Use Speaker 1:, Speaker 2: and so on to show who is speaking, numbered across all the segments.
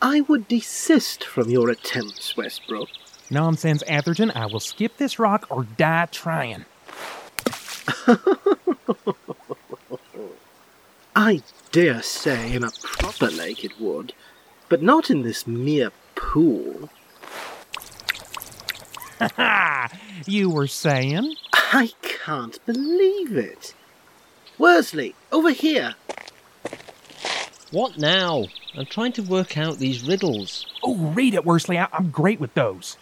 Speaker 1: I would desist from your attempts, Westbrook.
Speaker 2: Nonsense, Atherton. I will skip this rock or die trying.
Speaker 1: I dare say in a proper lake it would, but not in this mere pool.
Speaker 2: Ha ha! You were saying?
Speaker 1: I can't believe it. Worsley, over here.
Speaker 3: What now? I'm trying to work out these riddles.
Speaker 2: Oh, read it, Worsley. I- I'm great with those.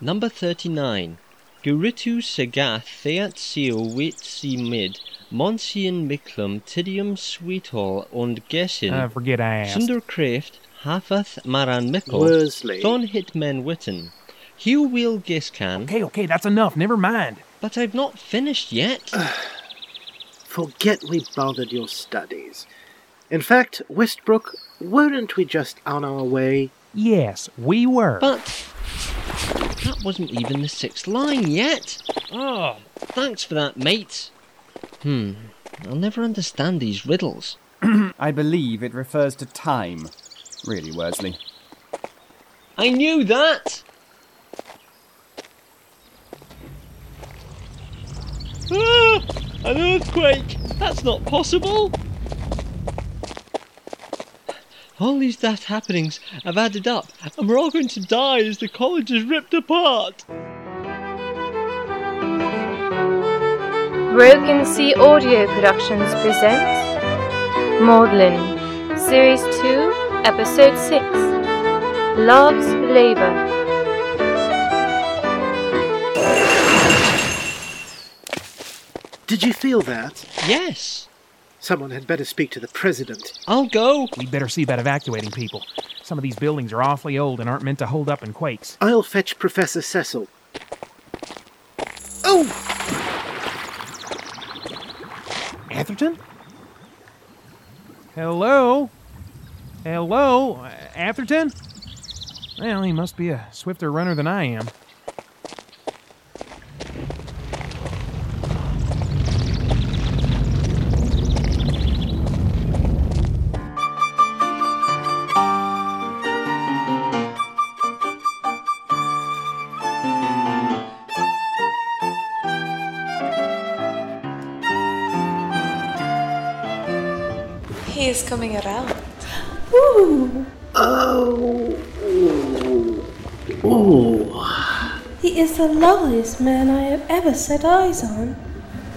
Speaker 3: Number 39. Guritu sagath theat seal wit si mid, monsien miclum tidium sweetol und gessin,
Speaker 2: I forget I asked.
Speaker 3: sunderkraft hafath maran mickle,
Speaker 1: Worsley.
Speaker 3: don hitmen witten. Hew will giscan,
Speaker 2: Okay, okay, that's enough. Never mind.
Speaker 3: but I've not finished yet.
Speaker 1: Forget we bothered your studies. In fact, Westbrook, weren't we just on our way?
Speaker 2: Yes, we were.
Speaker 3: But that wasn't even the sixth line yet. Oh, thanks for that, mate. Hmm, I'll never understand these riddles.
Speaker 4: I believe it refers to time. Really, Worsley.
Speaker 3: I knew that. Ah, an earthquake! That's not possible. All these daft happenings have added up, and we're all going to die as the college is ripped apart.
Speaker 5: Broken Sea Audio Productions presents Maudlin, Series 2, Episode 6 Love's Labor.
Speaker 1: Did you feel that?
Speaker 3: Yes,
Speaker 1: Someone had better speak to the president.
Speaker 3: I'll go.
Speaker 2: We'd better see about evacuating people. Some of these buildings are awfully old and aren't meant to hold up in quakes.
Speaker 1: I'll fetch Professor Cecil. Oh!
Speaker 2: Atherton? Hello? Hello? Uh, Atherton? Well, he must be a swifter runner than I am.
Speaker 6: He is coming around.
Speaker 1: Oh! Oh!
Speaker 7: He is the loveliest man I have ever set eyes on.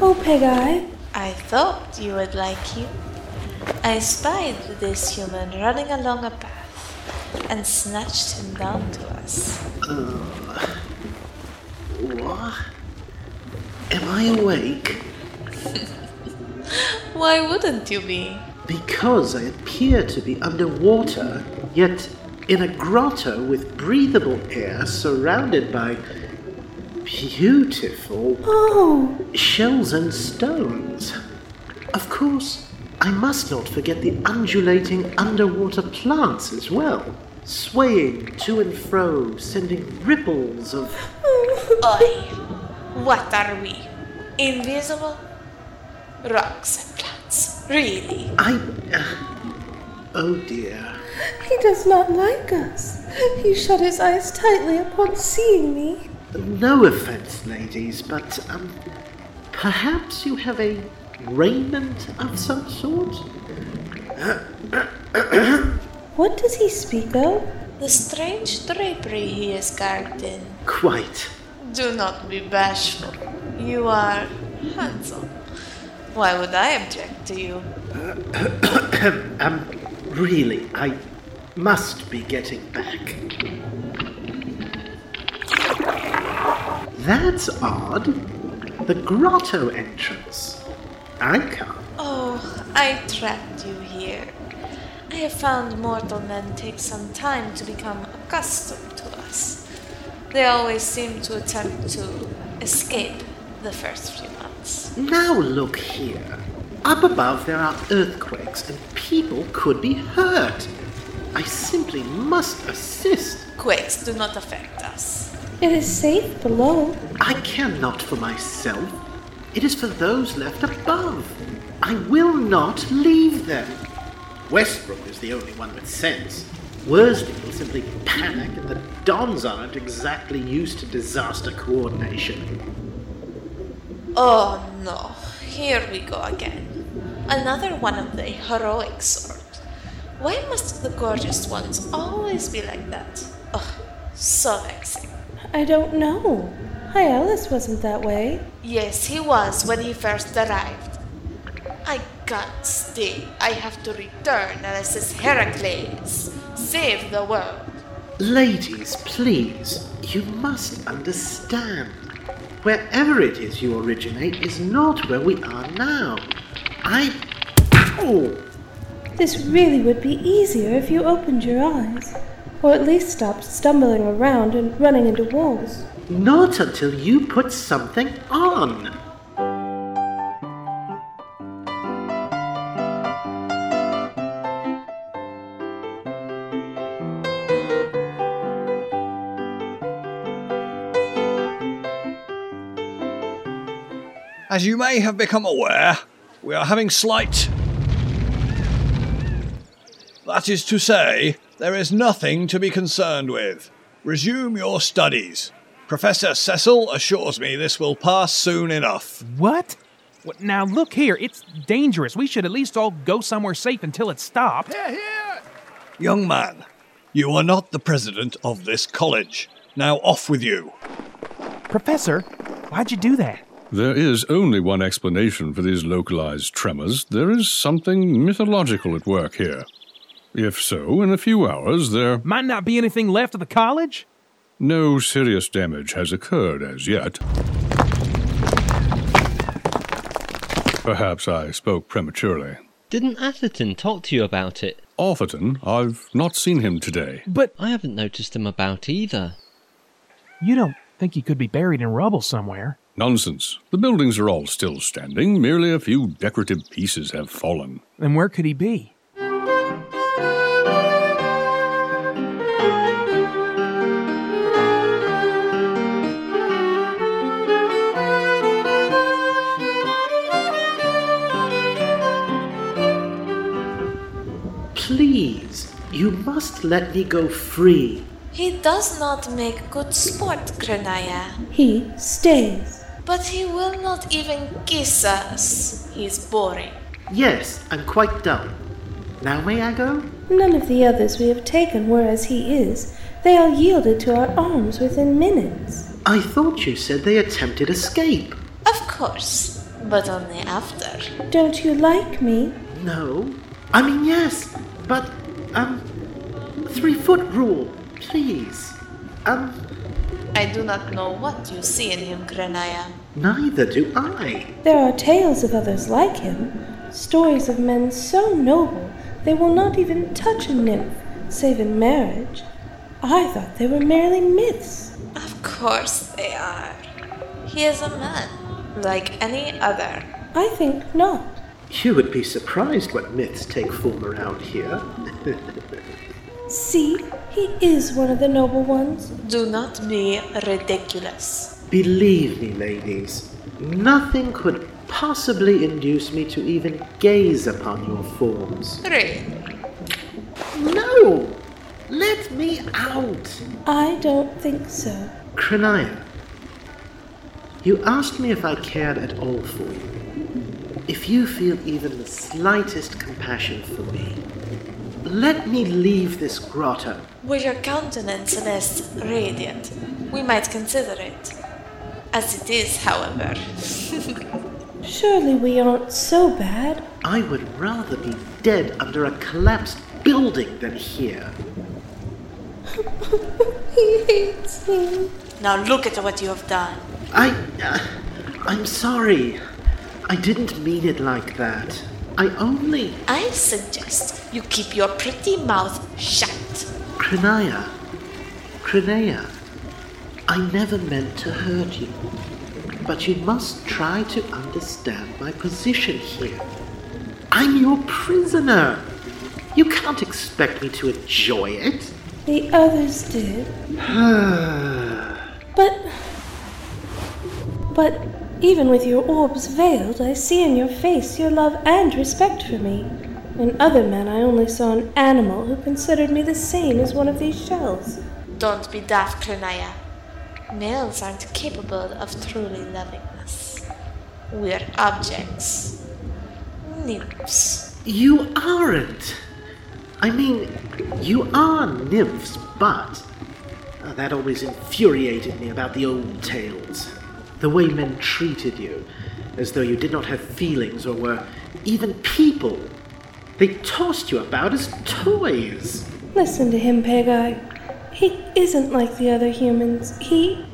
Speaker 7: Oh, Peg Eye,
Speaker 6: I thought you would like him. I spied this human running along a path and snatched him down to us.
Speaker 1: What? Am I awake?
Speaker 6: Why wouldn't you be?
Speaker 1: Because I appear to be underwater, yet in a grotto with breathable air surrounded by beautiful shells and stones. Of course, I must not forget the undulating underwater plants as well, swaying to and fro, sending ripples of.
Speaker 6: Oi! What are we? Invisible? Rocks and plants. Really?
Speaker 1: I. oh dear.
Speaker 7: he does not like us. He shut his eyes tightly upon seeing me.
Speaker 1: No offense, ladies, but um, perhaps you have a raiment of some sort?
Speaker 7: What does he speak of?
Speaker 6: The strange drapery he is garbed in.
Speaker 1: Quite.
Speaker 6: Do not be bashful. You are handsome. Why would I object to you?
Speaker 1: um, really, I must be getting back. That's odd. The grotto entrance. I can't.
Speaker 6: Oh, I trapped you here. I have found mortal men take some time to become accustomed to us. They always seem to attempt to escape the first few months.
Speaker 1: Now look here. Up above there are earthquakes and people could be hurt. I simply must assist.
Speaker 6: Quakes do not affect us.
Speaker 7: It is safe below.
Speaker 1: I care not for myself. It is for those left above. I will not leave them. Westbrook is the only one with sense. Worsdale simply panic, and the Dons aren't exactly used to disaster coordination.
Speaker 6: Oh no, here we go again. Another one of the heroic sort. Why must the gorgeous ones always be like that? Ugh, so vexing.
Speaker 7: I don't know. Hyalis wasn't that way.
Speaker 6: Yes, he was when he first arrived. I can't stay. I have to return and assist Heracles. Save the world.
Speaker 1: Ladies, please, you must understand. Wherever it is you originate is not where we are now. I. Ow!
Speaker 7: This really would be easier if you opened your eyes, or at least stopped stumbling around and running into walls.
Speaker 1: Not until you put something on.
Speaker 8: As you may have become aware, we are having slight. That is to say, there is nothing to be concerned with. Resume your studies. Professor Cecil assures me this will pass soon enough.
Speaker 2: What? what? Now look here, it's dangerous. We should at least all go somewhere safe until it's stopped.
Speaker 8: Young man, you are not the president of this college. Now off with you.
Speaker 2: Professor, why'd you do that?
Speaker 9: There is only one explanation for these localized tremors. There is something mythological at work here. If so, in a few hours there
Speaker 2: Might not be anything left of the college?
Speaker 9: no serious damage has occurred as yet. Perhaps I spoke prematurely.
Speaker 3: Didn't Atherton talk to you about it?
Speaker 9: Arthurton, I've not seen him today.
Speaker 2: But
Speaker 3: I haven't noticed him about either.
Speaker 2: you don't think he could be buried in rubble somewhere.
Speaker 9: Nonsense. The buildings are all still standing, merely a few decorative pieces have fallen.
Speaker 2: Then where could he be?
Speaker 1: Please, you must let me go free.
Speaker 6: He does not make good sport, Krenaya.
Speaker 7: He stays.
Speaker 6: But he will not even kiss us. He's boring.
Speaker 1: Yes, I'm quite dull. Now may I go?
Speaker 7: None of the others we have taken were as he is. They all yielded to our arms within minutes.
Speaker 1: I thought you said they attempted escape.
Speaker 6: Of course, but only after.
Speaker 7: Don't you like me?
Speaker 1: No. I mean, yes, but, um, three foot rule, please. Um,
Speaker 6: I do not know what you see in him, Krenaya.
Speaker 1: neither do I.
Speaker 7: There are tales of others like him, stories of men so noble they will not even touch a nymph save in marriage. I thought they were merely myths.
Speaker 6: Of course they are. He is a man, like any other.
Speaker 7: I think not.
Speaker 1: You would be surprised what myths take form around here.
Speaker 7: See, he is one of the noble ones.
Speaker 6: Do not be ridiculous.
Speaker 1: Believe me, ladies, nothing could possibly induce me to even gaze upon your forms.
Speaker 6: Really?
Speaker 1: No! Let me out!
Speaker 7: I don't think so.
Speaker 1: Krenaya, you asked me if I cared at all for you. If you feel even the slightest compassion for me, let me leave this grotto.
Speaker 6: Were your countenance less radiant, we might consider it. As it is, however.
Speaker 7: Surely we aren't so bad.
Speaker 1: I would rather be dead under a collapsed building than here.
Speaker 7: He hates me.
Speaker 6: now look at what you have done.
Speaker 1: I. Uh, I'm sorry. I didn't mean it like that. I only.
Speaker 6: I suggest you keep your pretty mouth shut.
Speaker 1: Krenaya. Krenaya. I never meant to hurt you. But you must try to understand my position here. I'm your prisoner. You can't expect me to enjoy it.
Speaker 7: The others did.
Speaker 1: Ah.
Speaker 7: but. But even with your orbs veiled, I see in your face your love and respect for me. In other men, I only saw an animal who considered me the same as one of these shells.
Speaker 6: Don't be daft, Krenaya. Males aren't capable of truly loving us. We're objects. Nymphs.
Speaker 1: You aren't. I mean, you are nymphs, but uh, that always infuriated me about the old tales. The way men treated you, as though you did not have feelings or were even people. They tossed you about as toys.
Speaker 7: Listen to him, Peg Eye. He isn't like the other humans. He.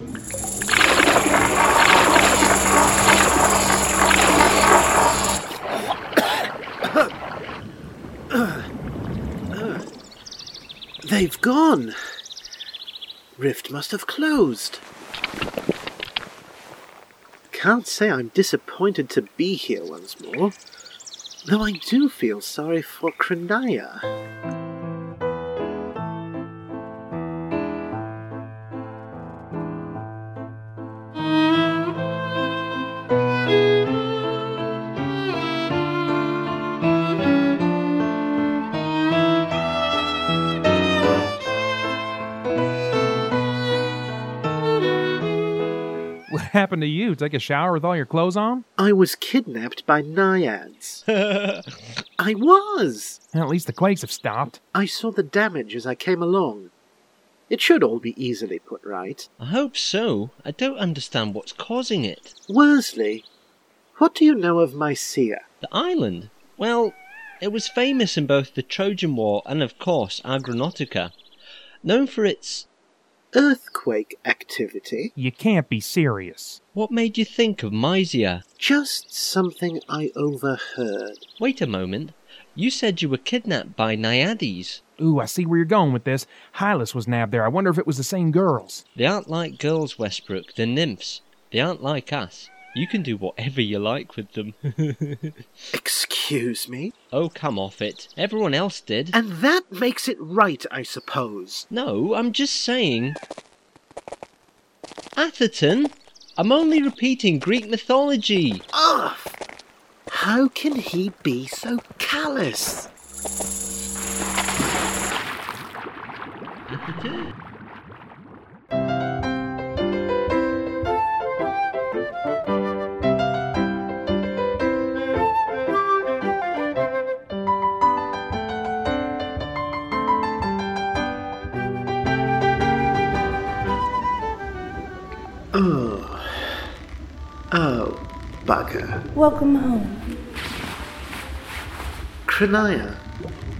Speaker 1: They've gone. Rift must have closed. Can't say I'm disappointed to be here once more, though I do feel sorry for Krenaya.
Speaker 2: What happened to you? Take a shower with all your clothes on?
Speaker 1: I was kidnapped by naiads. I was!
Speaker 2: At least the quakes have stopped.
Speaker 1: I saw the damage as I came along. It should all be easily put right.
Speaker 3: I hope so. I don't understand what's causing it.
Speaker 1: Worsley, what do you know of Mycia?
Speaker 3: The island? Well, it was famous in both the Trojan War and, of course, Agronautica. Known for its.
Speaker 1: Earthquake activity?
Speaker 2: You can't be serious.
Speaker 3: What made you think of Mysia?
Speaker 1: Just something I overheard.
Speaker 3: Wait a moment. You said you were kidnapped by Naiades.
Speaker 2: Ooh, I see where you're going with this. Hylas was nabbed there. I wonder if it was the same girls.
Speaker 3: They aren't like girls, Westbrook. They're nymphs. They aren't like us. You can do whatever you like with them.
Speaker 1: Excuse me?
Speaker 3: oh, come off it. Everyone else did.
Speaker 1: And that makes it right, I suppose.
Speaker 3: No, I'm just saying. Atherton? I'm only repeating Greek mythology.
Speaker 1: Ugh! How can he be so callous?
Speaker 3: Atherton?
Speaker 1: Oh. Oh, bugger.
Speaker 7: Welcome home.
Speaker 1: Krenaya,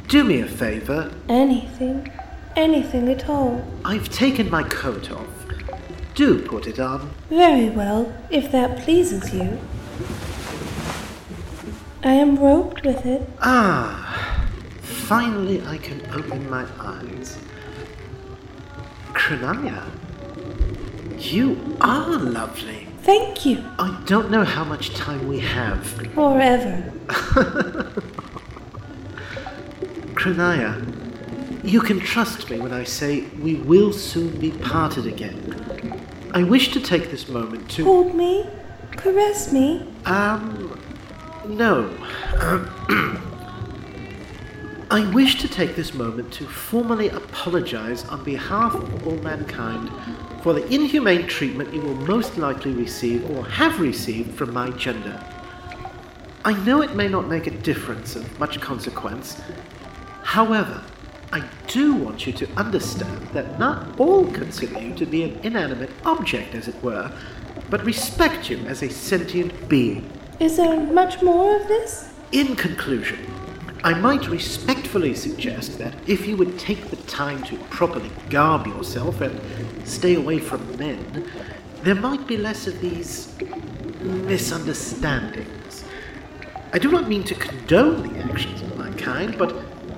Speaker 1: do me a favor.
Speaker 7: Anything. Anything at all.
Speaker 1: I've taken my coat off. Do put it on.
Speaker 7: Very well, if that pleases you. I am roped with it.
Speaker 1: Ah, finally I can open my eyes. Krenaya, you are lovely.
Speaker 7: Thank you.
Speaker 1: I don't know how much time we have.
Speaker 7: Forever.
Speaker 1: Krenaya, you can trust me when I say we will soon be parted again. I wish to take this moment to.
Speaker 7: Hold me. Caress me.
Speaker 1: Um. No. I wish to take this moment to formally apologize on behalf of all mankind for the inhumane treatment you will most likely receive or have received from my gender. I know it may not make a difference of much consequence. However, I do want you to understand that not all consider you to be an inanimate object, as it were, but respect you as a sentient being.
Speaker 7: Is there much more of this?
Speaker 1: In conclusion, I might respectfully suggest that if you would take the time to properly garb yourself and stay away from men, there might be less of these misunderstandings. I do not mean to condone the actions of mankind, but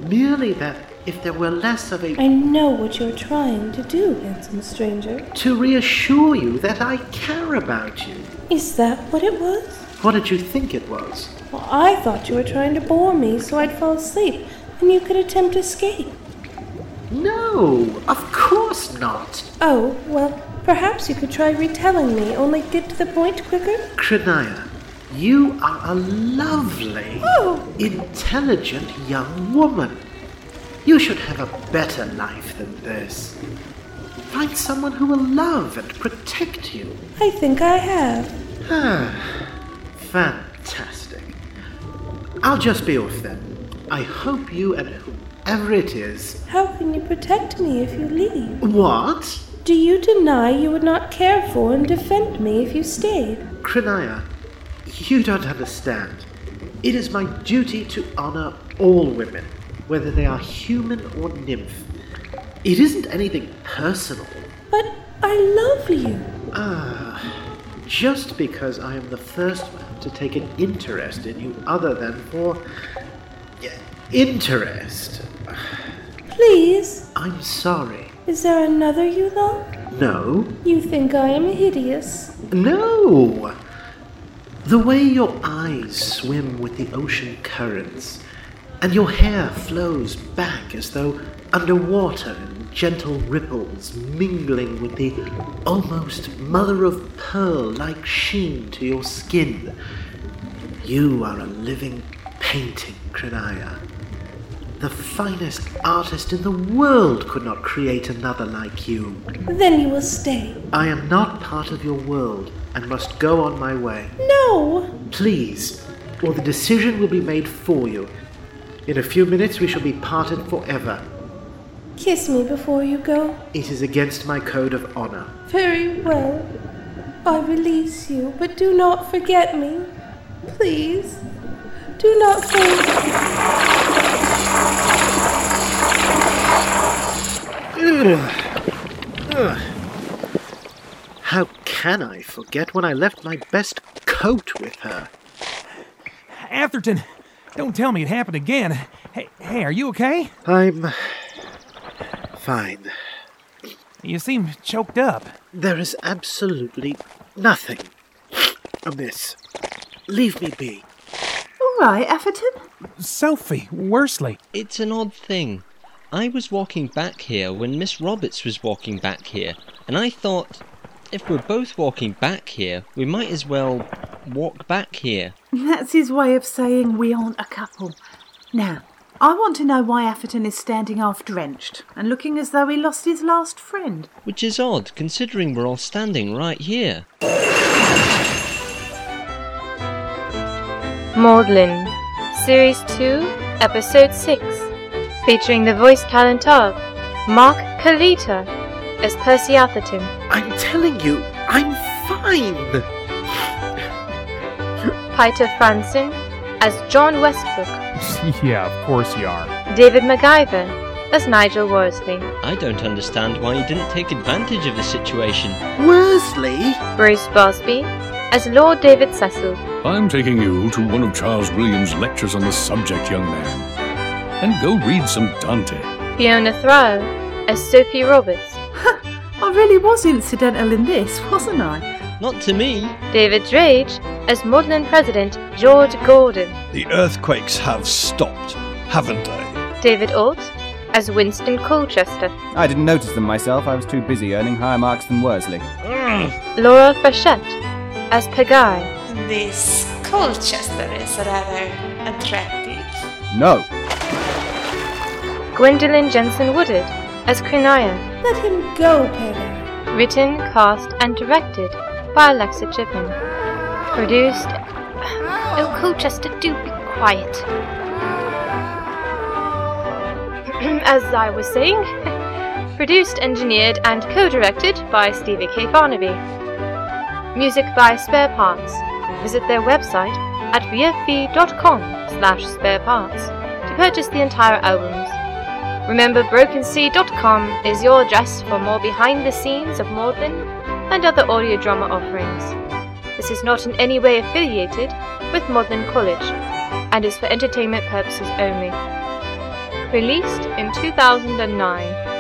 Speaker 1: merely that if there were less of a.
Speaker 7: I know what you're trying to do, handsome stranger.
Speaker 1: to reassure you that I care about you.
Speaker 7: Is that what it was?
Speaker 1: What did you think it was?
Speaker 7: Well, I thought you were trying to bore me so I'd fall asleep and you could attempt escape.
Speaker 1: No, of course not.
Speaker 7: Oh, well, perhaps you could try retelling me, only get to the point quicker?
Speaker 1: Krenaya, You are a lovely, intelligent young woman. You should have a better life than this. Find someone who will love and protect you.
Speaker 7: I think I have.
Speaker 1: Ah, fantastic. I'll just be off then. I hope you and whoever it is.
Speaker 7: How can you protect me if you leave?
Speaker 1: What?
Speaker 7: Do you deny you would not care for and defend me if you stayed?
Speaker 1: Krenaya, you don't understand. It is my duty to honor all women, whether they are human or nymph. It isn't anything personal.
Speaker 7: But I love you.
Speaker 1: Ah, just because I am the first man to take an interest in you other than for. interest.
Speaker 7: Please,
Speaker 1: I'm sorry.
Speaker 7: is there another you love?
Speaker 1: No,
Speaker 7: You think I am hideous.
Speaker 1: No! The way your eyes swim with the ocean currents, and your hair flows back as though underwater in gentle ripples, mingling with the almost mother of pearl like sheen to your skin. You are a living painting, Krenaya. The finest artist in the world could not create another like you.
Speaker 7: Then you will stay.
Speaker 1: I am not part of your world and must go on my way.
Speaker 7: No!
Speaker 1: Please, or the decision will be made for you. In a few minutes, we shall be parted forever.
Speaker 7: Kiss me before you go.
Speaker 1: It is against my code of honor.
Speaker 7: Very well. I release you, but do not forget me. Please. Do not think.
Speaker 1: How can I forget when I left my best coat with her?
Speaker 2: Atherton, don't tell me it happened again. Hey, hey, are you okay?
Speaker 1: I'm. fine.
Speaker 2: You seem choked up.
Speaker 1: There is absolutely nothing amiss. Leave me be.
Speaker 10: All right, Atherton.
Speaker 2: Sophie, Worsley.
Speaker 3: It's an odd thing. I was walking back here when Miss Roberts was walking back here, and I thought, if we're both walking back here, we might as well walk back here.
Speaker 10: That's his way of saying we aren't a couple. Now, I want to know why Atherton is standing half drenched and looking as though he lost his last friend.
Speaker 3: Which is odd, considering we're all standing right here.
Speaker 5: Maudlin, Series 2, Episode 6, featuring the voice talent of Mark Kalita as Percy Atherton.
Speaker 1: I'm telling you, I'm fine!
Speaker 5: Peter Franson as John Westbrook,
Speaker 2: yeah, of course you are.
Speaker 5: David MacGyver as Nigel Worsley,
Speaker 3: I don't understand why he didn't take advantage of the situation.
Speaker 1: Worsley?
Speaker 5: Bruce Bosby as Lord David Cecil,
Speaker 9: I'm taking you to one of Charles Williams' lectures on the subject, young man. And go read some Dante.
Speaker 5: Fiona Throw as Sophie Roberts,
Speaker 10: I really was incidental in this, wasn't I?
Speaker 3: Not to me.
Speaker 5: David Drage as Maudlin President George Gordon,
Speaker 8: The earthquakes have stopped, haven't they?
Speaker 5: David Alt as Winston Colchester,
Speaker 4: I didn't notice them myself, I was too busy earning higher marks than Worsley.
Speaker 5: Laura Frechette as Pagai,
Speaker 6: This Colchester is rather attractive.
Speaker 4: No!
Speaker 5: Gwendolyn Jensen Woodard as Krenaya.
Speaker 7: Let him go, Peter.
Speaker 5: Written, cast, and directed by Alexa Chipman. Produced. Oh, Colchester, do be quiet. As I was saying, produced, engineered, and co directed by Stevie K. Barnaby. Music by Spare Parts. Visit their website at vfv.com slash spare parts to purchase the entire albums. Remember, BrokenSea.com is your address for more behind the scenes of Maudlin and other audio drama offerings. This is not in any way affiliated with Maudlin College and is for entertainment purposes only. Released in 2009.